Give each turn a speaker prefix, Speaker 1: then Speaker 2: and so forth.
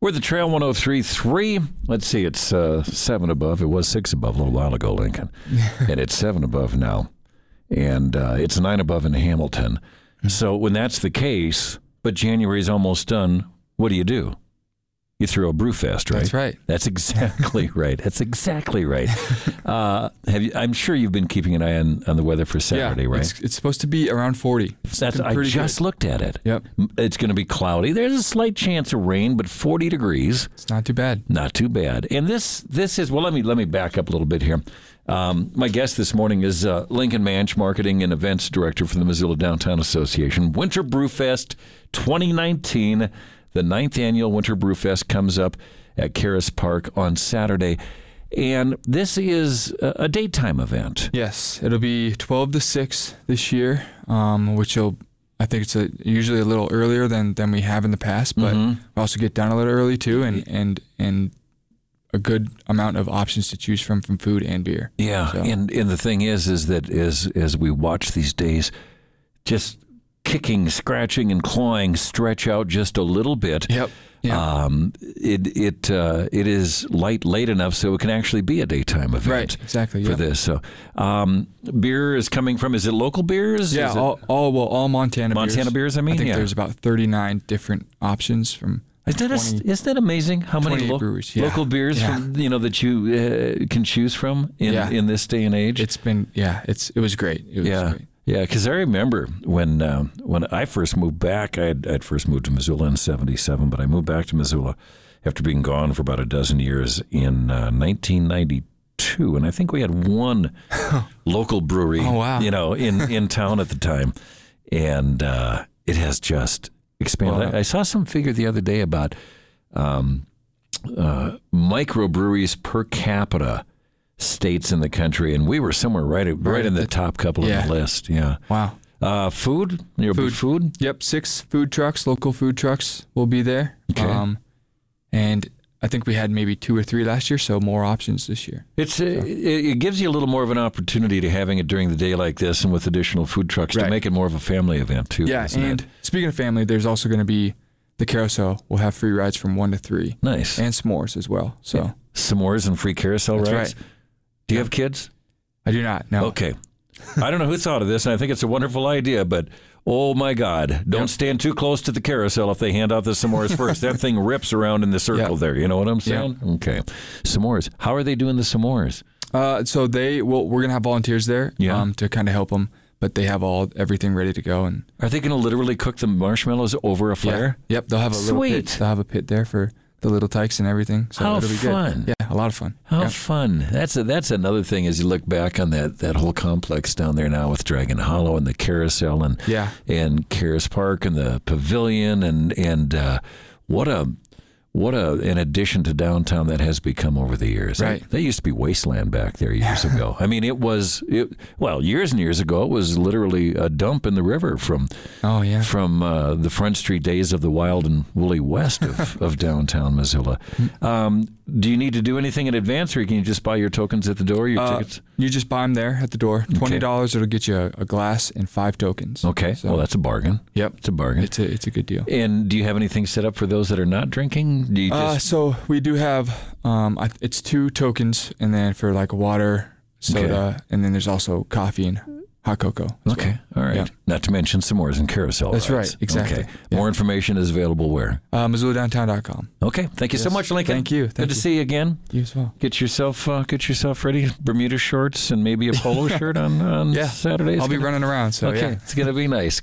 Speaker 1: We're the Trail 1033. Let's see, it's uh, 7 above. It was 6 above a little while ago, Lincoln. and it's 7 above now. And uh, it's 9 above in Hamilton.
Speaker 2: Mm-hmm.
Speaker 1: So when that's the case, but January's almost done, what do you do? You throw a brew fest, right?
Speaker 2: That's right.
Speaker 1: That's exactly right. That's exactly right. Uh, have you, I'm sure you've been keeping an eye on, on the weather for Saturday,
Speaker 2: yeah,
Speaker 1: right?
Speaker 2: It's, it's supposed to be around 40. It's
Speaker 1: That's,
Speaker 2: looking
Speaker 1: I
Speaker 2: pretty
Speaker 1: just
Speaker 2: good.
Speaker 1: looked at it.
Speaker 2: Yep.
Speaker 1: M- It's going to be cloudy. There's a slight chance of rain, but 40 degrees,
Speaker 2: It's not too bad.
Speaker 1: not too bad. And this this is well. Let me let me back up a little bit here. Um, my guest this morning is uh, Lincoln Manch, marketing and events director for the Missoula Downtown Association. Winter Brewfest 2019, the ninth annual Winter Brewfest comes up at Karis Park on Saturday, and this is a, a daytime event.
Speaker 2: Yes, it'll be 12 to 6 this year, um, which will I think it's a, usually a little earlier than, than we have in the past, but we also get down a little early too, and and and a good amount of options to choose from from food and beer.
Speaker 1: Yeah,
Speaker 2: So-
Speaker 1: and and the thing is, is that as as we watch these days, just kicking, scratching, and clawing stretch out just a little bit.
Speaker 2: Yep. Ah, Yeah.
Speaker 1: Um, it it uh, it is light late enough so it can actually be a daytime event.
Speaker 2: right. Exactly.
Speaker 1: For
Speaker 2: Yeah.
Speaker 1: this, so um, beer is coming from. Is it local beers?
Speaker 2: Yeah.
Speaker 1: Is it-
Speaker 2: All, all well all Montana
Speaker 1: Montana beers, I mean,
Speaker 2: I think
Speaker 1: yeah.
Speaker 2: there's about 39 different options from.
Speaker 1: Is that, a,
Speaker 2: 20
Speaker 1: isn't that amazing how many
Speaker 2: 28
Speaker 1: lo-
Speaker 2: breweries, yeah.
Speaker 1: local beers
Speaker 2: Yeah.
Speaker 1: from, you know that you uh, can choose from in,
Speaker 2: Yeah.
Speaker 1: in this day and age?
Speaker 2: It's been yeah. It's it was great. It was
Speaker 1: Yeah,
Speaker 2: Great.
Speaker 1: yeah. Because I remember when um, when I first moved back, I'd, I'd first moved to Missoula in '77, but I moved back to Missoula after being gone for about a dozen years in uh, 1992, and I think we had one local brewery,
Speaker 2: Oh, wow.
Speaker 1: you know, in in town at the time, and uh, it has just expanded. I, I saw some figure the other day about um, uh, microbreweries per capita. States in the country, and we were somewhere right, right in the top couple
Speaker 2: Yeah.
Speaker 1: of the list. Yeah,
Speaker 2: Wow.
Speaker 1: uh, food? Your food.
Speaker 2: Food.
Speaker 1: food?
Speaker 2: Yep, six food trucks, local food trucks will be there. Um,
Speaker 1: Okay.
Speaker 2: and I think we had maybe two or three last year, so more options this year.
Speaker 1: It's uh, it, it gives you a little more of an opportunity to having it during the day like this, and with additional food trucks to
Speaker 2: Right.
Speaker 1: make it more of a family event too.
Speaker 2: Yeah,
Speaker 1: isn't
Speaker 2: and
Speaker 1: it?
Speaker 2: speaking of family, there's also going to be the carousel. We'll have free rides from one to three,
Speaker 1: nice
Speaker 2: and s'mores as well. So
Speaker 1: s'mores and free carousel
Speaker 2: that's
Speaker 1: rides.
Speaker 2: right.
Speaker 1: Do you have kids?
Speaker 2: I do not know.
Speaker 1: Okay, I don't know who thought of this, and I think it's a wonderful idea, but. Oh my God! Don't stand too close to the carousel if they hand out the s'mores first. that thing rips around in the circle
Speaker 2: Yeah.
Speaker 1: there. You know what I'm saying? Okay. S'mores. How are they doing the s'mores?
Speaker 2: Uh, so they well, we're going to have volunteers there
Speaker 1: Yeah.
Speaker 2: um, to kind of help them, but they have all everything ready to go and
Speaker 1: Are they going to literally cook the marshmallows over a
Speaker 2: yeah,
Speaker 1: fire?
Speaker 2: yep, they'll have a little pit.
Speaker 1: Sweet.
Speaker 2: They'll have a pit there for the little tykes and everything. So
Speaker 1: How
Speaker 2: it'll be
Speaker 1: fun.
Speaker 2: good. Yeah, a lot of fun.
Speaker 1: How
Speaker 2: Yeah.
Speaker 1: fun! That's a, that's another thing as you look back on that that whole complex down there now with Dragon Hollow and the carousel and
Speaker 2: Yeah.
Speaker 1: and Karis Park and the pavilion and and uh, what a what a an addition to downtown that has become over the years.
Speaker 2: Right.
Speaker 1: That used to be wasteland back there years ago. I mean, it was it well years and years ago. It was literally a dump in the river from
Speaker 2: Oh yeah.
Speaker 1: from uh, the Front Street days of the wild and woolly west of, of downtown Missoula. Um, do you need to do anything in advance, or can you just buy your tokens at the door, your
Speaker 2: Uh,
Speaker 1: tickets?
Speaker 2: You just buy them there at the door. Twenty dollars. It'll get you a, a glass and five tokens.
Speaker 1: Okay.
Speaker 2: so-
Speaker 1: well, that's a bargain.
Speaker 2: Yep.
Speaker 1: It's a bargain.
Speaker 2: It's a it's a good deal.
Speaker 1: and do you have anything set up for those that are not drinking? Do you
Speaker 2: Uh,
Speaker 1: just
Speaker 2: so we do have um, I, it's two tokens, and then for like water, soda, and then there's also coffee and hot cocoa. as well.
Speaker 1: okay? All right.
Speaker 2: yeah.
Speaker 1: Not to mention s'mores and carousel.
Speaker 2: That's
Speaker 1: rides.
Speaker 2: right, exactly.
Speaker 1: Okay. More information is available where?
Speaker 2: Uh, MissoulaDowntown.com.
Speaker 1: Okay. Thank you so
Speaker 2: Yes.
Speaker 1: much, Lincoln.
Speaker 2: Thank you.
Speaker 1: Good
Speaker 2: Thank
Speaker 1: to
Speaker 2: you.
Speaker 1: see you again.
Speaker 2: You as well.
Speaker 1: Get yourself uh, get yourself ready. Bermuda shorts and maybe a polo shirt on on
Speaker 2: Yeah.
Speaker 1: Saturday. It's
Speaker 2: I'll be
Speaker 1: gonna-
Speaker 2: running around. So
Speaker 1: okay,
Speaker 2: yeah.
Speaker 1: it's gonna be nice.